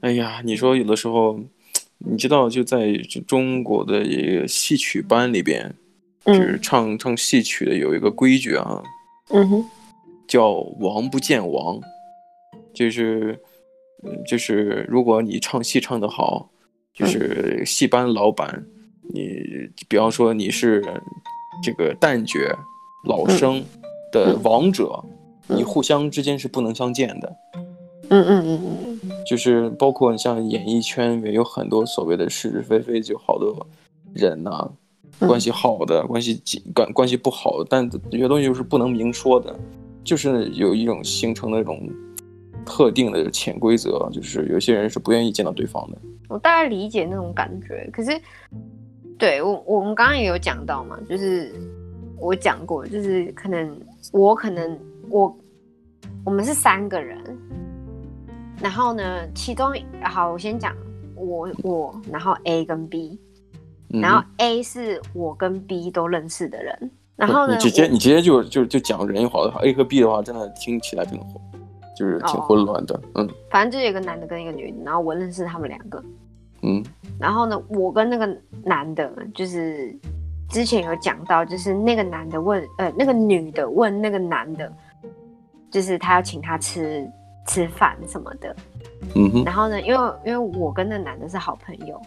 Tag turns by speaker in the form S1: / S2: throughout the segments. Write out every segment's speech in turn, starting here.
S1: 哎呀，你说有的时候，你知道就在中国的一个戏曲班里边，就是
S2: 嗯
S1: 唱唱戏曲的有一个规矩啊，
S2: 嗯哼，
S1: 叫“王不见王”，就是，嗯就是如果你唱戏唱得好，
S2: 嗯
S1: 就是戏班老板，你比方说你是这个旦角、老生的王者，
S2: 嗯
S1: 你互相之间是不能相见的。
S2: 嗯嗯嗯嗯
S1: 就是包括你像演艺圈里面有很多所谓的是是非非，就好多人呐、
S2: 嗯
S1: 关系好的，关系紧关关系不好的，但有些东西就是不能明说的，就是有一种形成的一种特定的潜规则，就是有些人是不愿意见到对方的。
S2: 我大概理解那种感觉。可是，对我我们刚刚也有讲到嘛，就是我讲过，就是可能我可能我我们是三个人，然后呢，其中好，我先讲我我，然后 A 跟 B，
S1: 嗯、
S2: 然后 A 是我跟 B 都认识的人，然后呢，
S1: 你直接
S2: 我
S1: 你直接就就就讲人也好的话，A 和 B 的话，真的听起来挺混，就是挺
S2: 哦
S1: 混乱的。嗯
S2: 反正就是有一个男的跟一个女的，然后我认识他们两个，
S1: 嗯
S2: 然后呢，我跟那个男的，就是之前有讲到，就是那个男的问，呃，那个女的问那个男的，就是他要请他吃吃饭什么的。
S1: 嗯哼
S2: 然后呢，因为因为我跟那男的是好朋友，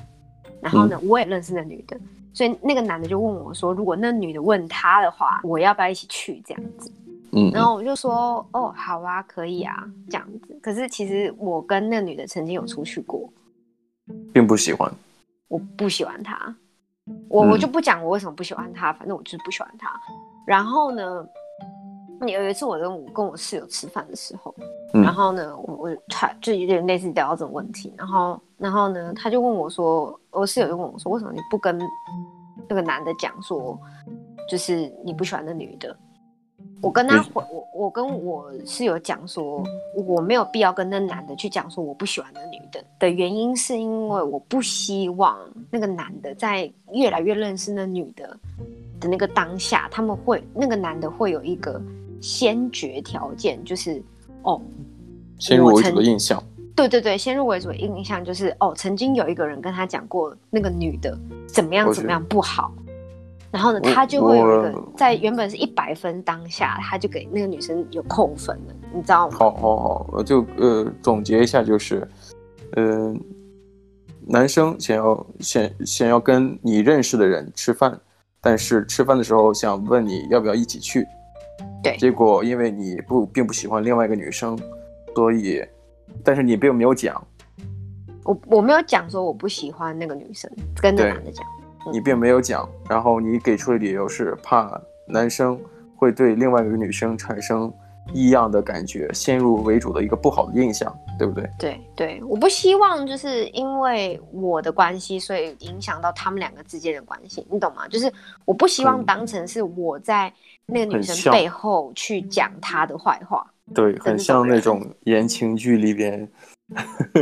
S2: 然后呢，我也认识那女的，所以那个男的就问我说，如果那女的问他的话，我要不要一起去这样子？
S1: 嗯
S2: 然后我就说，哦，好啊，可以啊，这样子。可是其实我跟那女的曾经有出去过，
S1: 嗯，并不喜欢。
S2: 我不喜欢他，我
S1: 嗯
S2: 我就不讲我为什么不喜欢他，反正我就是不喜欢他。然后呢，有一次我跟我跟我室友吃饭的时候，
S1: 嗯
S2: 然后呢，我我他就有点类似聊到这种问题，然后然后呢，他就问我说，我室友就问我说，为什么你不跟那个男的讲说，就是你不喜欢那女的？我跟他
S1: 嗯
S2: 回我我跟我室友讲说，我没有必要跟那男的去讲说我不喜欢那女的的原因，是因为我不希望那个男的在越来越认识那女的的那个当下，他们会那个男的会有一个先决条件，就是哦，
S1: 先入
S2: 我
S1: 为
S2: 曾
S1: 主的印象，
S2: 对对对，先入为主的印象就是哦，曾经有一个人跟他讲过那个女的怎么样
S1: 我
S2: 怎
S1: 觉
S2: 么样不好，然后呢，
S1: 我
S2: 他就会有一个
S1: 我
S2: 在原本是一百分当下，他就给那个女生有扣分了，你知道吗？
S1: 好好好，我就呃总结一下，就是，呃，男生想要想想要跟你认识的人吃饭，但是吃饭的时候想问你要不要一起去，
S2: 对
S1: 结果因为你不并不喜欢另外一个女生，所以，但是你并没有讲，
S2: 我我没有讲说我不喜欢那个女生，跟那
S1: 对
S2: 男的讲，
S1: 你并没有讲，然后你给出的理由是怕男生会对另外一个女生产生异样的感觉，先入为主的一个不好的印象，对不对？
S2: 对对，我不希望就是因为我的关系，所以影响到他们两个之间的关系，你懂吗？就是我不希望
S1: 嗯
S2: 当成是我在那个女
S1: 很
S2: 生
S1: 像
S2: 背后去讲她的坏话。
S1: 对，很
S2: 那
S1: 像
S2: 种
S1: 那
S2: 人
S1: 种言情剧里边，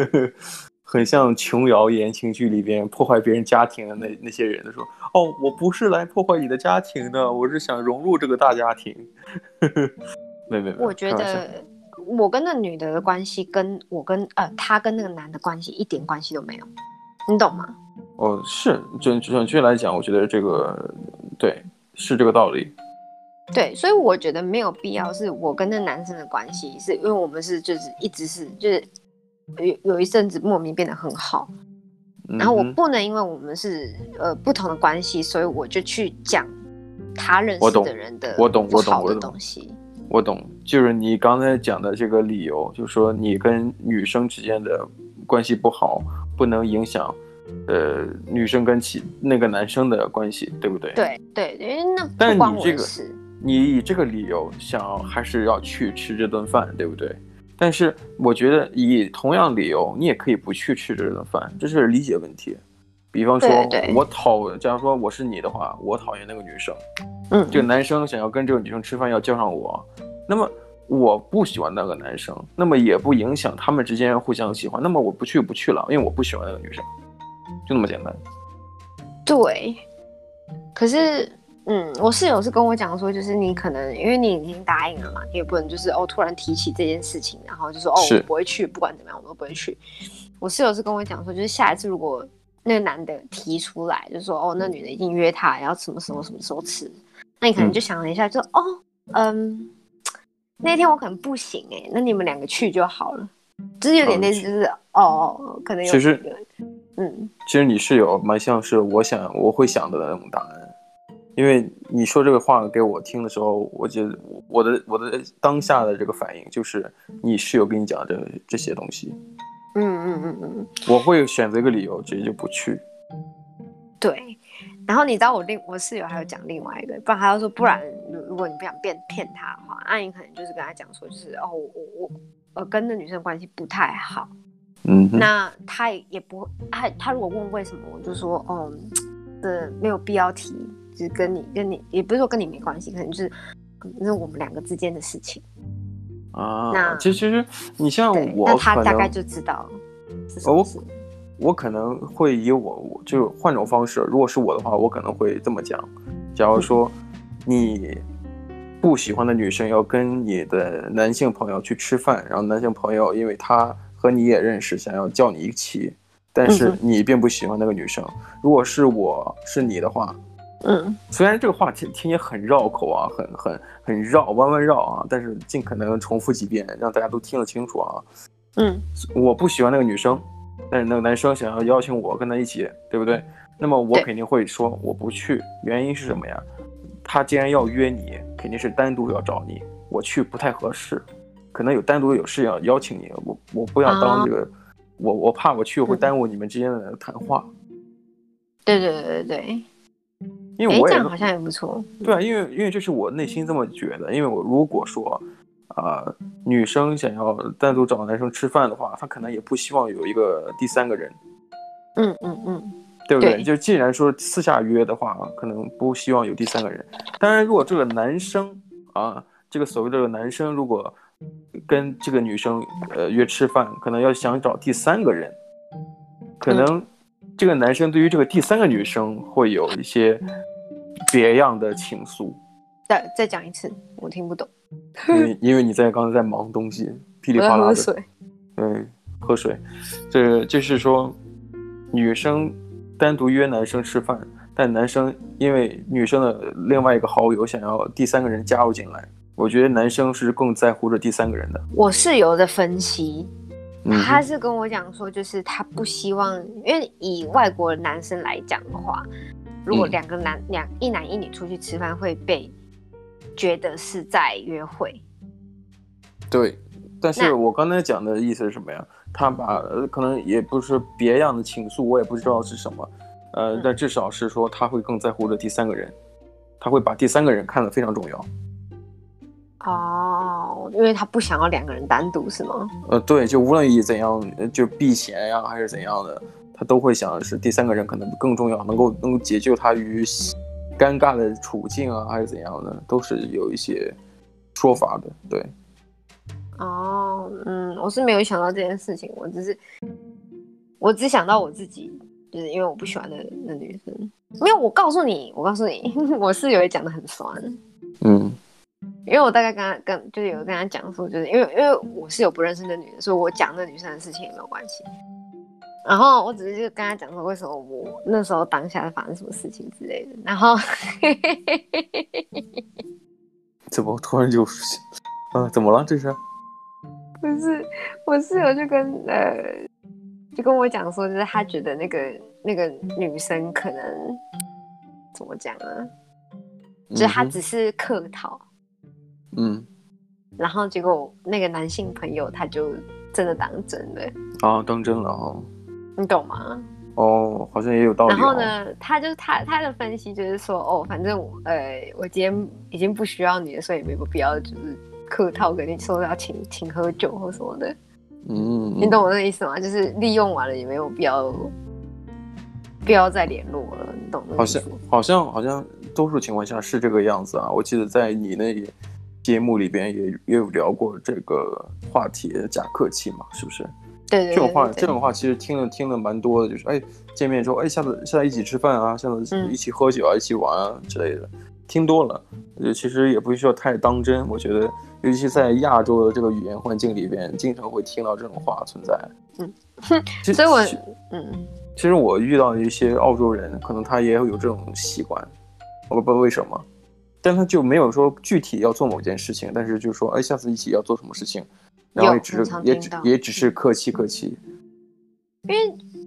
S1: 很像琼瑶言情剧里边破坏别人家庭的那那些人，说哦，我不是来破坏你的家庭的，我是想融入这个大家庭。 没没没，
S2: 我觉
S1: 开玩笑
S2: 得我跟那女的的关系，跟我跟呃她跟那个男的关系一点关系都没有，你懂吗？
S1: 哦，是准准确来讲，我觉得这个对是这个道理。
S2: 对，所以我觉得没有必要是我跟那男生的关系，是因为我们是就是一直是就是有有一阵子莫名变得很好，然后我
S1: 嗯哼
S2: 不能因为我们是呃不同的关系，所以我就去讲他认
S1: 我
S2: 识
S1: 懂
S2: 的人的
S1: 我懂
S2: 不
S1: 我懂
S2: 好
S1: 我
S2: 的
S1: 懂
S2: 东西。
S1: 我懂，就是你刚才讲的这个理由，就是说你跟女生之间的关系不好，不能影响，呃，女生跟其那个男生的关系，对不对？。
S2: 对对，因为那
S1: 但
S2: 不
S1: 你
S2: 关我
S1: 这
S2: 的
S1: 个
S2: 事。
S1: 你以这个理由想还是要去吃这顿饭，对不对？但是我觉得以同样理由，你也可以不去吃这顿饭，这是理解问题。比方说
S2: 对，对
S1: 我讨，假如说我是你的话，我讨厌那个女生。
S2: 嗯，
S1: 这个男生想要跟这个女生吃饭，要叫上我，那么我不喜欢那个男生，那么也不影响他们之间互相喜欢，那么我不去不去了，因为我不喜欢那个女生，就那么简单。
S2: 对，可是嗯，我室友是跟我讲说，就是你可能因为你已经答应了嘛，你也不能就是哦突然提起这件事情，然后就说哦
S1: 是
S2: 我不会去，不管怎么样我都不会去。我室友是跟我讲说，就是下一次如果那个男的提出来，就说哦那女的已经约他，然后什么什么什么时候吃，那你可能
S1: 嗯
S2: 就想了一下，就哦嗯，那天我可能不行哎、那你们两个去就好了，就是有点
S1: 嗯
S2: 类似就是哦可能有
S1: 其实
S2: 几个嗯
S1: 其实你室友蛮像是我想我会想的那种答案，因为你说这个话给我听的时候，我就我的我的当下的这个反应就是你室友跟你讲的这这些东西，
S2: 嗯嗯嗯嗯。
S1: 我会选择一个理由直接就不去。
S2: 对，然后你知道我另我室友还有讲另外一个，不然他就说，不然如如果你不想变骗他的话，那你可能就是跟他讲说，就是哦，我我我呃跟那女生关系不太好，
S1: 嗯哼，
S2: 那他也也不他他如果问为什么，我就说哦，这没有必要提，就是跟你跟你也不是说跟你没关系，可能就是嗯那是我们两个之间的事情。
S1: 啊
S2: 那，
S1: 其其实你像
S2: 对，
S1: 我
S2: 那他
S1: 可
S2: 大概
S1: 能
S2: 就知道是什
S1: 哦
S2: 么
S1: 我
S2: 事。
S1: 我可能会以我我就换种方式，如果是我的话，我可能会这么讲：，假如说你不喜欢的女生要跟你的男性朋友去吃饭，然后男性朋友因为他和你也认识，想要叫你一起，但
S2: 嗯
S1: 是
S2: 哼
S1: 你并不喜欢那个女生。如果是我是你的话，
S2: 嗯，
S1: 虽然这个话题听起来很绕口啊，很很很绕，弯弯绕啊，但是尽可能重复几遍，让大家都听得清楚啊。
S2: 嗯，
S1: 我不喜欢那个女生，但是那个男生想要邀请我跟他一起，对不对？那么我
S2: 对
S1: 肯定会说我不去，原因是什么呀？他既然要约你，肯定是单独要找你，我去不太合适，可能有单独有事要邀请你，我我不想当这个，我我怕我去会
S2: 哦嗯
S1: 耽误你们之间的谈话，
S2: 对对对对对，
S1: 因为
S2: 哎，
S1: 我
S2: 这
S1: 也
S2: 样好像也不错。
S1: 对啊，因为因为这是我内心这么觉得，因为我如果说，呃，女生想要单独找男生吃饭的话，她可能也不希望有一个第三个人，
S2: 嗯嗯嗯，
S1: 对不对？
S2: 对
S1: 就既然说私下约的话，可能不希望有第三个人。当然，如果这个男生啊，这个所谓的这个男生，如果跟这个女生呃约吃饭，可能要想找第三个人，可能
S2: 嗯
S1: 这个男生对于这个第三个女生会有一些别样的情愫。
S2: 再再讲一次，我听 不懂。
S1: 因为因为你在刚才在忙东西，噼里
S2: 我
S1: 啪
S2: 在
S1: 啦
S2: 喝
S1: 的，
S2: 水。
S1: 嗯，喝水，这就是说，女生单独约男生吃饭，但男生因为女生的另外一个好友想要第三个人加入进来，我觉得男生是更在乎这第三个人的。
S2: 我室友的分析，
S1: 嗯
S2: 他
S1: 哼，
S2: 是跟我讲说，就是他不希望，因为以外国男生来讲的话，如果
S1: 嗯
S2: 两个男两一男一女出去吃饭，会被觉得是在约会。
S1: 对。但是
S2: 那
S1: 我刚才讲的意思是什么呀？他把呃可能也不是别样的情愫，我也不知道是什么，呃
S2: 嗯，
S1: 但至少是说他会更在乎这第三个人，他会把第三个人看得非常重要。
S2: 哦，因为他不想要两个人单独，是吗？
S1: 呃，对，就无论以怎样，呃就避嫌呀、还是怎样的，他都会想是第三个人可能更重要，能够能够解救他于尴尬的处境啊，还是怎样的，都是有一些说法的。对，
S2: 哦，嗯，我是没有想到这件事情，我只是，我只想到我自己，就是因为我不喜欢那那女生。没有，我告诉你，我告诉你， 我室友也讲的很酸。
S1: 嗯
S2: 因为我大概跟他跟就是有跟他讲说，就是因为因为我是有不认识的女的，所以我讲那女生的事情也没有关系。然后我只是就跟他讲说，为什么我那时候当下发生什么事情之类的。然后
S1: 怎么突然就， 啊，怎么了？这是？
S2: 不是我室
S1: 嗯
S2: 友就跟呃就跟我讲说，就是他觉得那个那个女生可能怎么讲啊，就是
S1: 嗯
S2: 他
S1: 哼
S2: 只是客套，
S1: 嗯
S2: 然后结果那个男性朋友他就真的当真了，
S1: 啊，当真了啊、
S2: 你懂吗？
S1: 哦，哦，好像也有道理、哦。
S2: 然后？呢，他就他他的分析就是说，哦，反正我呃，我今天已经不需要你了，所以没有必要就是客套跟你说要请请喝酒或什么的，
S1: 嗯，
S2: 你懂我的意思吗？就是利用完了也没有必要不要再联络了，你懂那
S1: 好
S2: 意思
S1: 像
S2: 吗？
S1: 好像好像多数情况下是这个样子啊。我记得在你那里节目里边也也有聊过这个话题，假客气嘛，是不是？
S2: 对
S1: 这
S2: 对
S1: 种话
S2: 对
S1: 这
S2: 对对，
S1: 种话其实听了听了蛮多的，就是哎见面之后哎下次下次一起吃饭啊，下次
S2: 嗯
S1: 一起喝酒啊，一起玩啊之类的。听多了，呃，其实也不需要太当真。我觉得，尤其在亚洲的这个语言环境里边，经常会听到这种话存在。
S2: 嗯
S1: 哼，
S2: 所以我
S1: 其
S2: 嗯，
S1: 其实我遇到一些澳洲人，可能他也有这种习惯，我不知道为什么，但他就没有说具体要做某件事情，但是就说哎，下次一起要做什么事情，然后
S2: 有
S1: 也只
S2: 我
S1: 是
S2: 常
S1: 也
S2: 听
S1: 只
S2: 到嗯
S1: 也只是客气客气。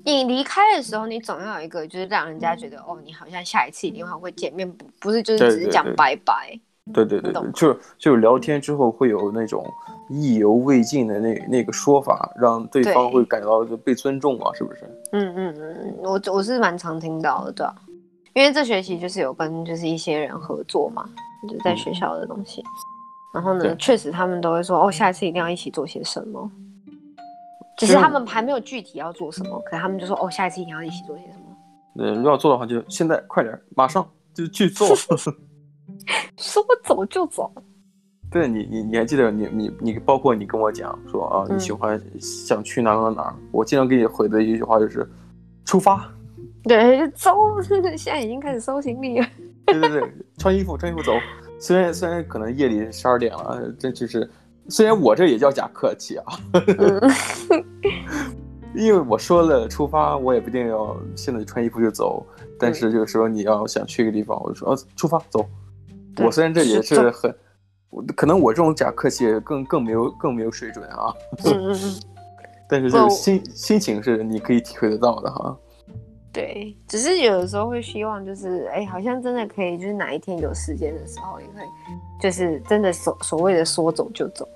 S2: 你离开的时候，你总要有一个就是让人家觉得哦，你好像下一次一定会见面，不不是就是
S1: 对
S2: 只是
S1: 对
S2: 讲
S1: 对
S2: 拜拜。
S1: 对对对
S2: 懂
S1: 对，就是就是聊天之后会有那种意犹未尽的那那个说法，让对
S2: 对
S1: 方会感觉到被尊重啊，是不是？
S2: 嗯嗯嗯，我我是蛮常听到的，对啊，因为这学期就是有跟就是一些人合作嘛，就在
S1: 嗯
S2: 学校的东西。然后呢，
S1: 对
S2: 确实他们都会说哦，下一次一定要一起做些什么。只是
S1: 其实
S2: 他们还没有具体要做什么，可是他们就说哦，下一次一定要一起做些什么。
S1: 嗯，如果要做的话，就现在快点儿，马上就去 做。
S2: 说走就走，
S1: 对你，你你还记得你你你，包括你跟我讲说啊，
S2: 嗯
S1: 你喜欢想去哪哪哪儿，我经常给你回的一句话就是，出发。
S2: 对，就走。 现在已经开始收行 李了。
S1: 对对对，穿衣服穿衣服走。虽然虽然可能夜里十二点了，这就是，虽然我这也叫假客气啊，
S2: 嗯，
S1: 因为我说了出发，我也不一定要现在穿衣服就走，但是这个时候你要想去一个地方，我就说啊，出发走。
S2: 对
S1: 我虽然这也
S2: 是
S1: 是
S2: 走
S1: 很，我可能我这种假客气更更没有更没有水准啊，
S2: 嗯嗯嗯，
S1: 但是这
S2: 不
S1: 个心心情是你可以体会得到的哈。
S2: 对，只是有的时候会希望，就是哎、好像真的可以，就是哪一天有时间的时候，也可以，就是真的所所谓的说走就走。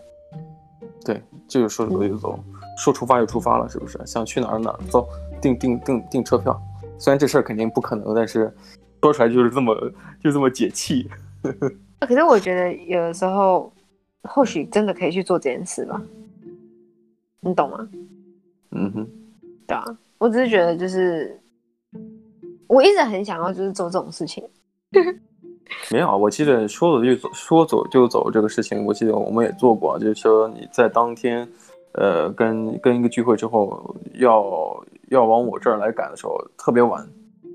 S1: 对，就是说走就走，说出发就出发了，是不是？想去哪儿哪儿走，订订订订车票。虽然这事儿肯定不可能，但是说出来就是这么 就这么解气。
S2: 可是我觉得有的时候，或许真的可以去做这件事吧，你懂吗？
S1: 嗯哼，
S2: 对啊，我只是觉得就是，我一直很想要就是做这种事情。
S1: 没有啊，我记得说走就走，说走就走这个事情，我记得我们也做过，就是说你在当天，呃，跟跟一个聚会之后，要要往我这儿来赶的时候，特别晚，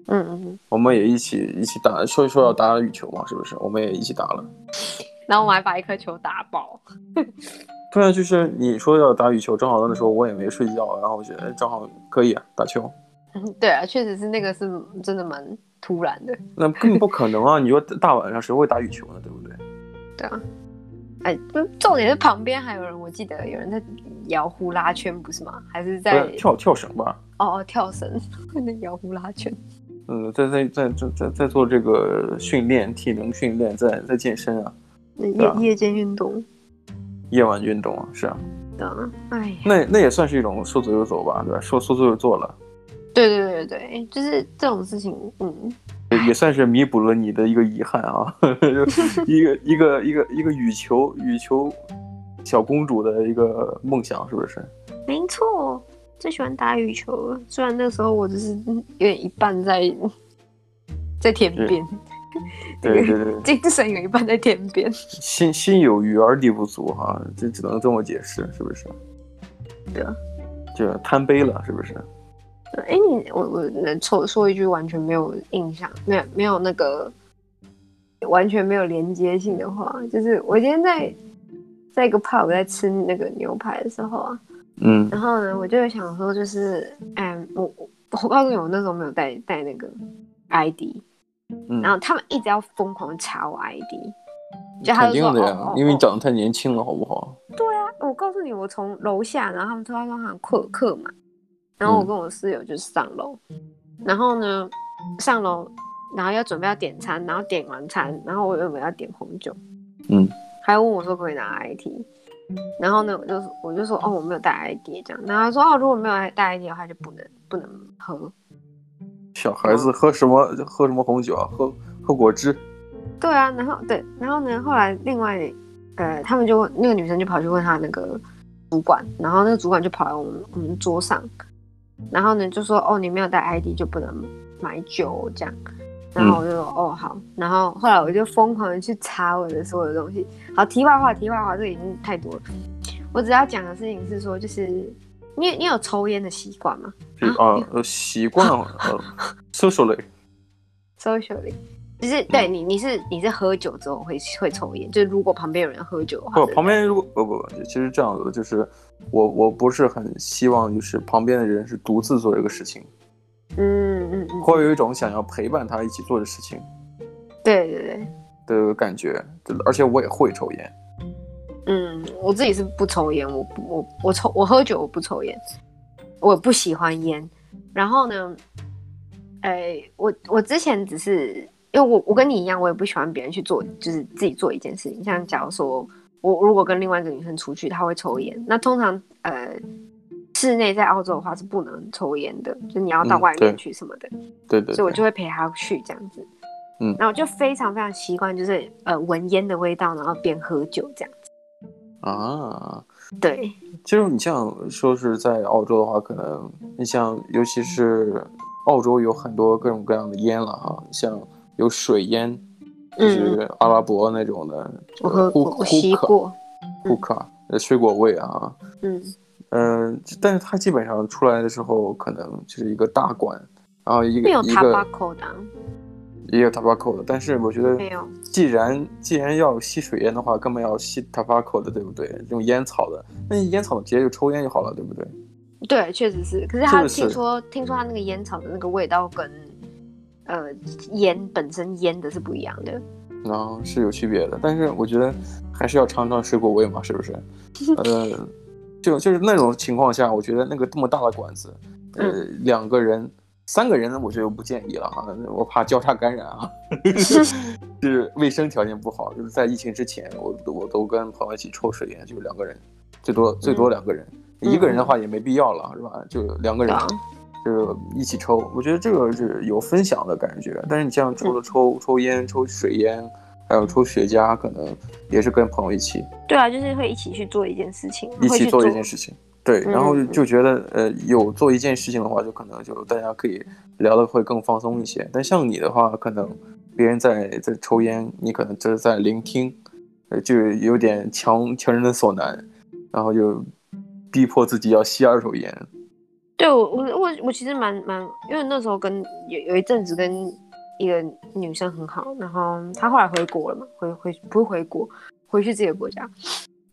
S2: 嗯嗯嗯，
S1: 我们也一起一起打，说说要打羽球嘛，是不是？我们也一起打了。
S2: 然后我还把一颗球打爆。
S1: 对啊，就是你说要打羽球，正好那时候我也没睡觉，然后我觉得哎正好可以啊，打球。
S2: 嗯对啊，确实是那个是真的蛮突然的。
S1: 那根本不可能啊！你说大晚上谁会打羽球呢？对不对？
S2: 对啊，哎，嗯重点是旁边还有人，我记得有人在摇呼啦圈，不是吗？还是在
S1: 不是跳跳绳吧？
S2: 哦哦跳绳， 那摇呼啦圈。
S1: 嗯，在在在在在在做这个训练，体能训练，在在健身啊，
S2: 那
S1: 对啊
S2: 夜夜间运动，
S1: 夜晚运动啊，是啊，
S2: 对啊，哎呀，
S1: 那那也算是一种说走就走吧，对吧？说说做就做了，
S2: 对对对对，就是这种事情，嗯，
S1: 也也算是弥补了你的一个遗憾啊， 一个一个一个一个羽球羽球小公主的一个梦想，是不是？
S2: 没错，最喜欢打羽球了。虽然那时候我就是嗯有点一半在 在田边，
S1: 对对对，
S2: 精神有一半在田边。
S1: 心心有余而力不足哈、这只能这么解释，是不是？
S2: 对啊，
S1: 就贪杯了，是不是？
S2: 哎，你我我能说说一句完全没有印象，没有没有那个完全没有连接性的话，就是我今天在在一个 pub 在吃那个牛排的时候啊，
S1: 嗯
S2: 然后呢，我就想说，就是，哎，我我我告诉你，我那时候没有带带那个 ID，
S1: 嗯
S2: 然，后他们一直要疯狂地查我 ID，就他
S1: 肯
S2: 就
S1: 定
S2: 说，
S1: 的呀，啊
S2: 哦哦
S1: 因为你
S2: 哦
S1: 长得太年轻了，好不好？
S2: 我告诉你，我从楼下，然后他们说他说很客客嘛，然后我
S1: 嗯
S2: 跟我室友就上楼，然后呢上楼，然后要准备要点餐，然后点完餐，然后我原本要点红酒，
S1: 嗯，
S2: 还问我说可不可以拿 IT，然后呢我就我就说哦我没有带 ID 这样，然后他说哦如果没有带 ID 的话就不能不能喝，
S1: 小孩子喝什么喝什么红酒啊？喝喝果汁。
S2: 对哦啊，然后对，然后呢后来另外呃他们就问那个女生就跑去问他那个主管，然后那个主管就跑来我们我们桌上，然后呢就说哦，你没有带 ID 就不能买酒这样。然后我就说、哦好，然后后来我就疯狂的去查我的所有东西。好，题外话，题外话，这个已经太多了。我只要讲的事情是说，就是你你有抽烟的习惯吗
S1: 这啊，呃习惯呃 socially，
S2: ？Socially，就是
S1: 嗯
S2: 对你，你是你是喝酒之后会会抽烟，就是如果旁边有人喝酒的话
S1: 不，，旁边如果不不不，其实这样子的就是，我我不是很希望就是旁边的人是独自做这个事情，
S2: 嗯嗯嗯，
S1: 会有一种想要陪伴他一起做的事情
S2: 对对对，
S1: 的感觉，对而且我也会抽烟，
S2: 嗯，我自己是不抽烟，我不我我抽我喝酒我不抽烟，我不喜欢烟。然后呢，哎，我我之前只是因为我我跟你一样，我也不喜欢别人去做，就是自己做一件事情。像假如说我如果跟另外一个女生出去，她会抽烟，那通常呃室内在澳洲的话是不能抽烟的，就你要到
S1: 嗯
S2: 外
S1: 对
S2: 面去什么的。
S1: 对对
S2: 所以我
S1: 对，
S2: 就会陪他去这样子。
S1: 嗯
S2: 然后我就非常非常习惯，就是呃闻烟的味道，然后边喝酒这样子。
S1: 啊，
S2: 对，
S1: 其实你像说是在澳洲的话，可能你像尤其是澳洲有很多各种各样的烟了哈，像有水烟，就是阿拉伯那种的，
S2: 嗯
S1: 呃
S2: 我喝
S1: 呼
S2: 我我吸过，
S1: 库卡呃水果味啊，
S2: 嗯，
S1: 嗯、但是它基本上出来的时候，可能就是一个大管，然后一个
S2: 没有
S1: 一个
S2: tobacco 的啊、
S1: 也有 tobacco 的，但是我觉得
S2: 没有
S1: 既然既然要吸水烟的话，根本要吸 tobacco 的，对不对？这种烟草的，那烟草的直接就抽烟就好了，对不对？
S2: 对，确实是。可是
S1: 是
S2: 他
S1: 不是
S2: 听说听说他那个烟草的那个味道跟呃烟本身烟的是不一样 的。
S1: 然后是有区别的，但是我觉得还是要尝尝水果味嘛，是不是？呃，就就是那种情况下，我觉得那个这么大的馆子，呃，两个人、三个人，我觉得不建议了哈，我怕交叉感染啊，就是卫生条件不好。就是在疫情之前，我我都跟朋友一起抽水烟，就是两个人，最多最多两个人，
S2: 嗯
S1: 一个人的话也没必要了，是吧？就两个
S2: 对
S1: 人
S2: 啊，
S1: 就是一起抽，我觉得这个是有分享的感觉。但是你像
S2: 嗯
S1: 除了抽、抽烟、抽水烟，还有抽雪茄，可能也是跟朋友一起
S2: 对啊，就是会一起去做一件事情，
S1: 一
S2: 会
S1: 起
S2: 去
S1: 做一件事情。对，
S2: 嗯
S1: 然后就觉得呃，有做一件事情的话，就可能就大家可以聊的会更放松一些。但像你的话，可能别人在在抽烟，你可能就是在聆听，呃，就有点强强人所难，然后就逼迫自己要吸二手烟。
S2: 对我我我我其实蛮蛮，因为那时候跟有有一阵子跟一个女生很好，然后她后来回国了嘛，回回不是回国，回去自己的国家，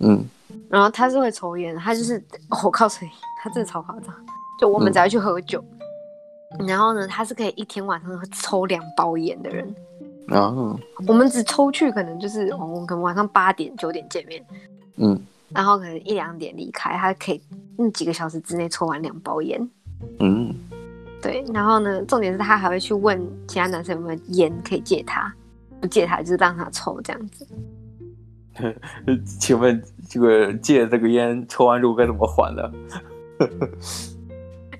S1: 嗯，
S2: 然后她是会抽烟的，她就是、哦我告诉你，她真的超夸张，就我们只要去喝酒，然后呢，她是可以一天晚上抽两包烟的人，
S1: 啊，
S2: 我们只抽去可能就是哦，我们可能晚上八点九点见面，
S1: 嗯
S2: 然后可能一两点离开，她可以那几个小时之内抽完两包烟。
S1: 嗯，
S2: 对，然后呢，重点是他还会去问其他男生有没有烟可以借他，不借他就是让他抽这样子。
S1: 呃请问这个戒这个烟抽完之后该怎么还呢？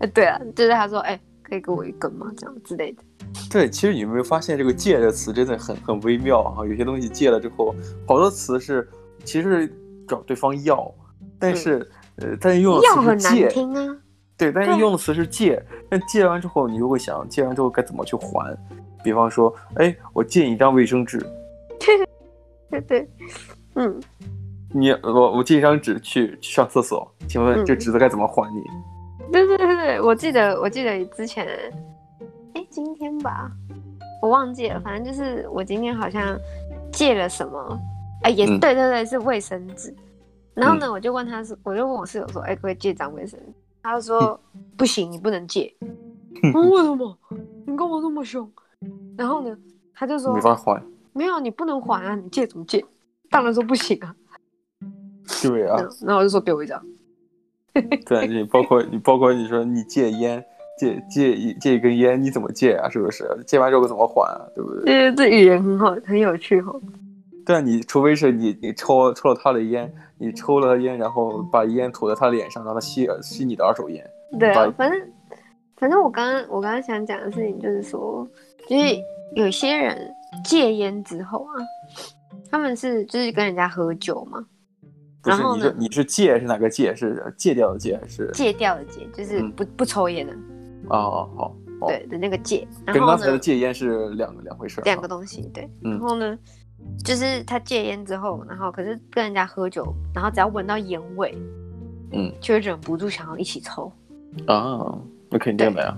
S2: 呃，对啊，就是他说，哎、可以给我一根吗？这样之类的。
S1: 对，其实你有没有发现这个“戒”这词真的很很微妙啊？有些东西戒了之后，好多词是其实找对方要，但是、呃，但是用的
S2: 药
S1: 词
S2: 嗯很
S1: 是戒
S2: 难，听啊，
S1: 对，但是
S2: 对
S1: 用的词是借，但借完之后，你就会想，借完之后该怎么去还？比方说，哎，我借你一张卫生纸，
S2: 对对，嗯，
S1: 你我我借一张纸去去上厕所，请问
S2: 嗯
S1: 这纸子该怎么还你？
S2: 对对对对，我记得我记得之前，哎、今天吧，我忘记了，反正就是我今天好像借了什么，哎、也、
S1: 嗯
S2: 对对对，是卫生纸。然后呢，我就问他是，我就问我室友说，哎、可不可以借张卫生纸？他就说、
S1: 嗯
S2: 不行，你不能借。 我说为什么？你干嘛那么凶？然后呢，他就说
S1: 没法还，
S2: 没有，你不能还啊，你借怎么借？当然说不行啊。
S1: 对啊
S2: 然，后然后我就说给我一张。
S1: 对你包括你包括你说你戒烟，戒戒一戒一根烟，你怎么戒啊？是不是？戒完之后怎么还啊？对不对？
S2: 这这语言很好，很有趣哦。
S1: 对啊，你除非是你你抽抽了他的烟，
S2: 嗯
S1: 你抽了他烟，然后把烟吐在他脸上，让他吸吸你的二手烟。
S2: 对啊
S1: 白，
S2: 反正反正我刚刚我刚刚想讲的事情就是说，就是有些人戒烟之后啊，他们是就是跟人家喝酒嘛，
S1: 不是
S2: 然后
S1: 你
S2: 呢
S1: 说你是戒是哪个戒？是戒掉的戒还是？
S2: 戒掉的戒，就是
S1: 嗯
S2: 不、不抽烟的，
S1: 啊，好，哦
S2: 对的那个戒。然
S1: 跟
S2: 后
S1: 刚才的
S2: 呢，
S1: 戒烟是两个两回事儿啊。
S2: 两个东西对，
S1: 嗯
S2: 然后呢，就是他戒烟之后，然后可是跟人家喝酒，然后只要闻到烟味，
S1: 嗯，
S2: 就会忍不住想要一起抽。
S1: 啊，那肯定的呀。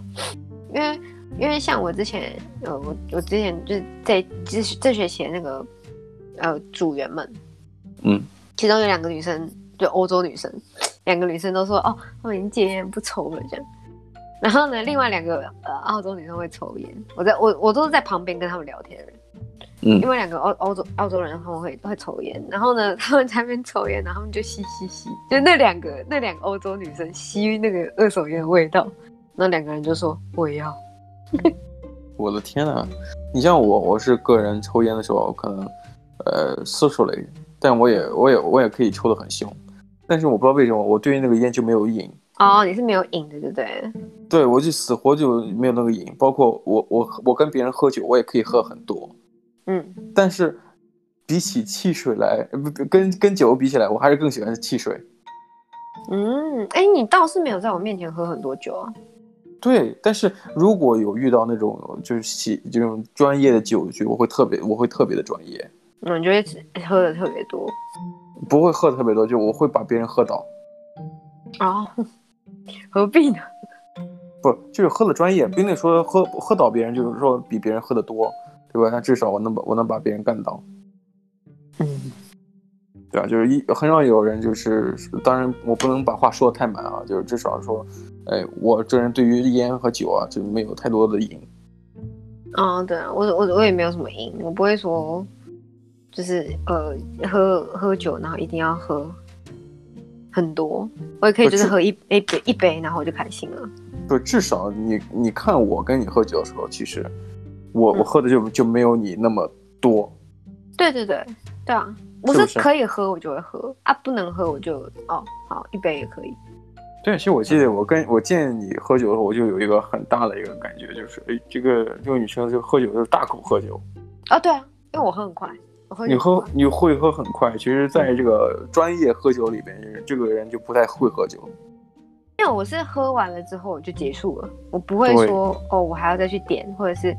S2: 因为因为像我之前，呃，我我之前就是在这这学期的那个呃组员们，
S1: 嗯，
S2: 其中有两个女生，就欧洲女生，两个女生都说哦，他们已经戒烟不抽了这样。 然后呢，另外两个呃澳洲女生会抽烟，我在我我都是在旁边跟他们聊天的人，
S1: 嗯
S2: 因为两个欧欧洲澳洲人他们会会抽烟，然后呢 他们在那边抽烟，然后他们就吸吸吸，就那两个那两个欧洲女生吸那个二手烟的味道，那两个人就说我也要。
S1: 我的天呐，你像我，我是个人抽烟的时候，可能呃次数类，但我也我也我也可以抽得很凶，但是我不知道为什么我对于那个烟就没有瘾，
S2: 哦，你是没有瘾的，对不对？
S1: 对我就死活就没有那个瘾。包括我我我跟别人喝酒，我也可以喝很多，
S2: 嗯，
S1: 但是比起汽水来，呃不不跟跟酒比起来，我还是更喜欢汽水。
S2: 嗯，哎，你倒是没有在我面前喝很多酒啊。
S1: 对，但是如果有遇到那种就是喜这种专业的酒局，我会特别我会特别的专业，
S2: 嗯，你就会只喝的特别多。
S1: 不会喝特别多，就我会把别人喝倒。
S2: 哦，何必呢？
S1: 不就是喝的专业，不一定说喝喝倒别人，就是说比别人喝的多，对吧？那至少我能把我能把别人干倒，
S2: 嗯，
S1: 对吧？就是一很少有人就是，当然我不能把话说的太满啊，就是至少说，哎，我这人对于烟和酒啊，就没有太多的瘾。
S2: 哦，对啊，我我我也没有什么瘾，我不会说，就是呃，喝喝酒然后一定要喝很多，我也可以
S1: 不
S2: 就是
S1: 是
S2: 喝一一杯一杯，然后我就开心了。
S1: 就至少你你看我跟你喝酒的时候，其实我
S2: 嗯
S1: 我喝的就就没有你那么多，
S2: 对对对，对啊，我
S1: 是不
S2: 是
S1: 是
S2: 可以喝我就会喝啊，不能喝我就哦好一杯也可以。
S1: 对，其实我记
S2: 嗯
S1: 得我跟我见你喝酒的时候，我就有一个很大的一个感觉，就是哎，这个这个女生就喝酒就是大口喝酒，
S2: 哦，对啊，因为我喝很快，我喝
S1: 你
S2: 酒嗯很
S1: 喝
S2: 快
S1: 你会喝很快。其实，在这个专业喝酒里边，就是这个人就不太会喝酒。
S2: 因为我是喝完了之后我就结束了，我不会
S1: 对
S2: 说哦，我还要再去点，或者是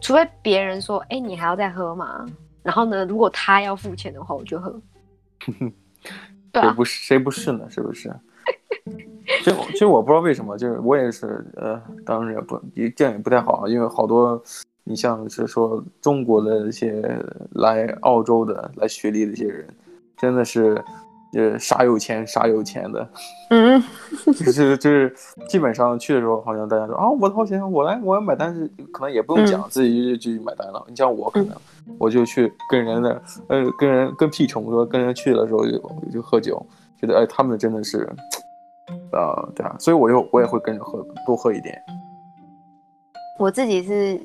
S2: 除非别人说，哎，你还要再喝吗？然后呢，如果他要付钱的话，我就喝。对
S1: 谁
S2: 啊，
S1: 不是谁不是呢？是不是？其实我其实我不知道为什么，就是我也是呃，当然也不也这样也不太好，啊因为好多你像是说中国的一些来澳洲的来学历的一些人，真的是呃傻有钱傻有钱的，
S2: 嗯，
S1: 就是就是基本上去的时候，好像大家说啊我掏钱我来我要买单是可能也不用讲、自己就就去买单了。你像我可能、我就去跟人的呃跟人跟屁虫说跟人去的时候就就喝酒，觉得哎他们真的是。呃，对啊，所以我就我也会跟着喝，多喝一点。
S2: 我自己是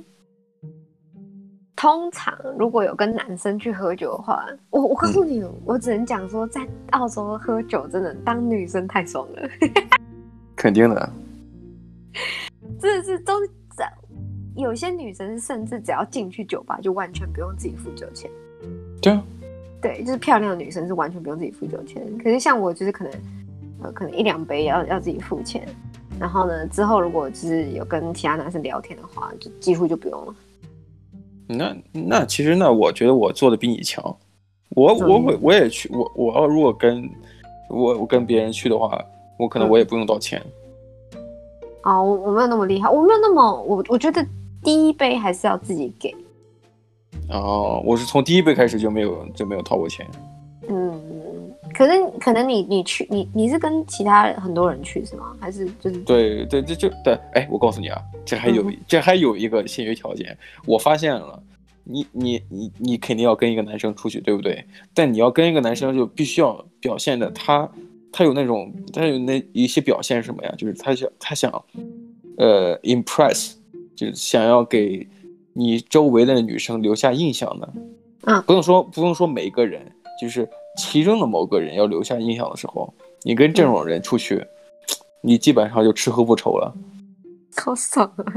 S2: 通常如果有跟男生去喝酒的话，我我告诉你，我只能讲说，在澳洲喝酒真的当女生太爽了。
S1: 肯定的，
S2: 真的是都是这样有些女生甚至只要进去酒吧就完全不用自己付酒钱。
S1: 对啊，
S2: 对，就是漂亮的女生是完全不用自己付酒钱。可是像我就是可能，呃，可能一两杯要要自己付钱。然后呢，之后如果就是有跟其他男生聊天的话，就几乎就不用了。
S1: 那那其实那我觉得我做的比你强，我
S2: 怎
S1: 我
S2: 么
S1: 我我也去，我我要如果跟我我跟别人去的话，我可能我也不用道歉。
S2: 哦，我我没有那么厉害，我没有那么我我觉得第一杯还是要自己给。
S1: 哦，我是从第一杯开始就没有就没有掏过钱。
S2: 嗯，可是可能你你去你你是跟其他很多人去是吗？还是就是
S1: 对对，这就对，哎，我告诉你啊，这还有、这还有一个限约条件，我发现了，你你你你肯定要跟一个男生出去，对不对？但你要跟一个男生，就必须要表现的他他有那种他有那一些表现是什么呀？就是他想他想呃 impress，就是想要给你周围的女生留下印象的。
S2: 嗯
S1: 不用说不用说每个人，就是其中的某个人要留下印象的时候，你跟这种人出去。你基本上就吃喝不愁了。
S2: 好爽啊！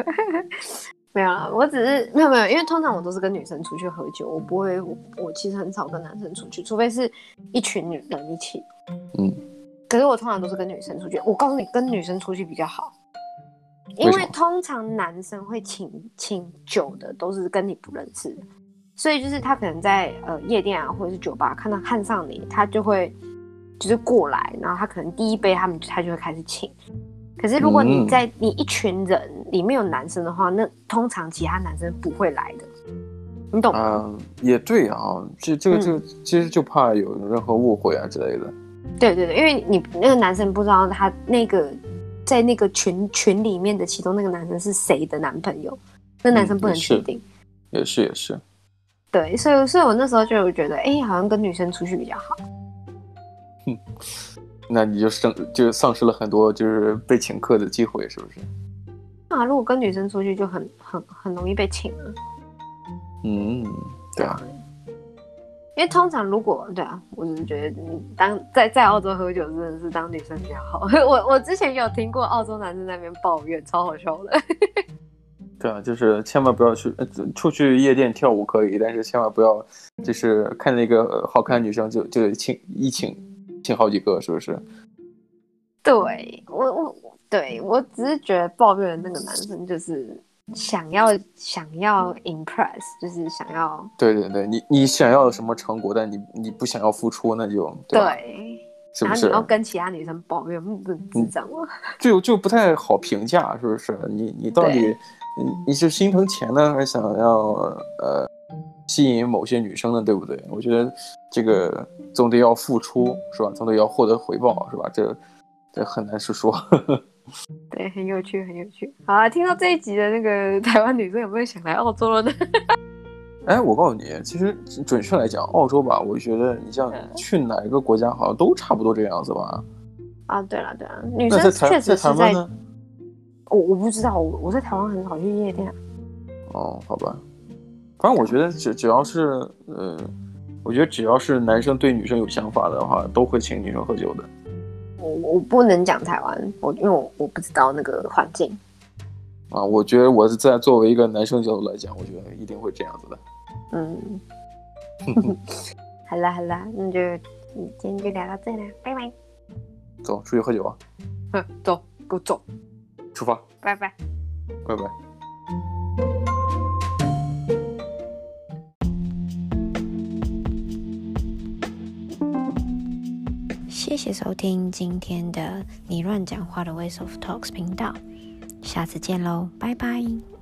S2: 没有啦，我只是没有没有，因为通常我都是跟女生出去喝酒，我不会，我我其实很少跟男生出去，除非是一群女人一起。
S1: 嗯，
S2: 可是我通常都是跟女生出去。我告诉你，跟女生出去比较好，因
S1: 为什
S2: 为
S1: 么
S2: 通常男生会请请酒的都是跟你不认识的，所以就是他可能在呃夜店啊或者是酒吧看到看上你，他就会就是过来，然后他可能第一杯他们他就会开始请。可是如果你
S1: 嗯
S2: 在你一群人，里面有男生的话，那通常其他男生不会来的，你懂吗？
S1: 啊，也对啊，这这个
S2: 嗯
S1: 这个其实就怕有任何误会啊之类的。
S2: 对对对，因为你那个男生不知道他那个在那个群群里面的其中那个男生是谁的男朋友，那男生不能
S1: 嗯是
S2: 确定。
S1: 也是也是，
S2: 对，所以所以我那时候就有觉得，哎、好像跟女生出去比较好。
S1: 那你就生就丧失了很多就是被请客的机会，是不是？
S2: 啊，如果跟女生出去就很很很容易被请啊，
S1: 嗯，对啊，
S2: 因为通常如果对啊，我只是觉得嗯当在在澳洲喝酒真的是当女生比较好。 我我之前有听过澳洲男生在那边抱怨，超好笑的。
S1: 对啊，就是千万不要去、呃出去夜店跳舞可以，但是千万不要就是看那个呃好看的女生就就请一请请好几个，是不是？
S2: 对我我我对我只是觉得抱怨的那个男生就是想要想要 impress，就是想要
S1: 对对对，你你想要什么成果，但你你不想要付出，那就对吧？
S2: 对，
S1: 是不
S2: 然后
S1: 是
S2: 你？要跟其他女生抱怨，嗯，真智障啊！
S1: 就就不太好评价，是不是？你你到底
S2: 对
S1: 你你是心疼钱呢，还是想要呃吸引某些女生呢？对不对？我觉得这个总得要付出，是吧？总得要获得回报，是吧？这这很难是说。
S2: 对，很有趣，很有趣。好啊，听到这一集的那个台湾女生有没有想来澳洲了呢？
S1: 哎，我告诉你，其实准确来讲，澳洲吧，我觉得你像
S2: 嗯
S1: 去哪一个国家，好像都差不多这个样子吧。
S2: 啊，对了对了，女
S1: 那
S2: 生
S1: 在台
S2: 确
S1: 在
S2: 实
S1: 台
S2: 是
S1: 湾
S2: 在，
S1: 呢？
S2: 我我不知道，我我在台湾很少去夜店啊。
S1: 哦，好吧，反正我觉得只只要是呃，我觉得只要是男生对女生有想法的话，都会请女生喝酒的。
S2: 我我不能讲台湾，我因为我我不知道那个环境。
S1: 啊，我觉得我是在作为一个男生角度来讲，我觉得一定会这样子的。
S2: 嗯，好啦好啦，那就嗯今天就聊到这啦，拜拜。
S1: 走，出去喝酒啊，
S2: 哼，走，给我走，
S1: 出发，
S2: 拜拜。
S1: 拜拜。
S3: 谢谢收听今天的你乱讲话的 Ways of Talks 频道，下次见喽，拜拜。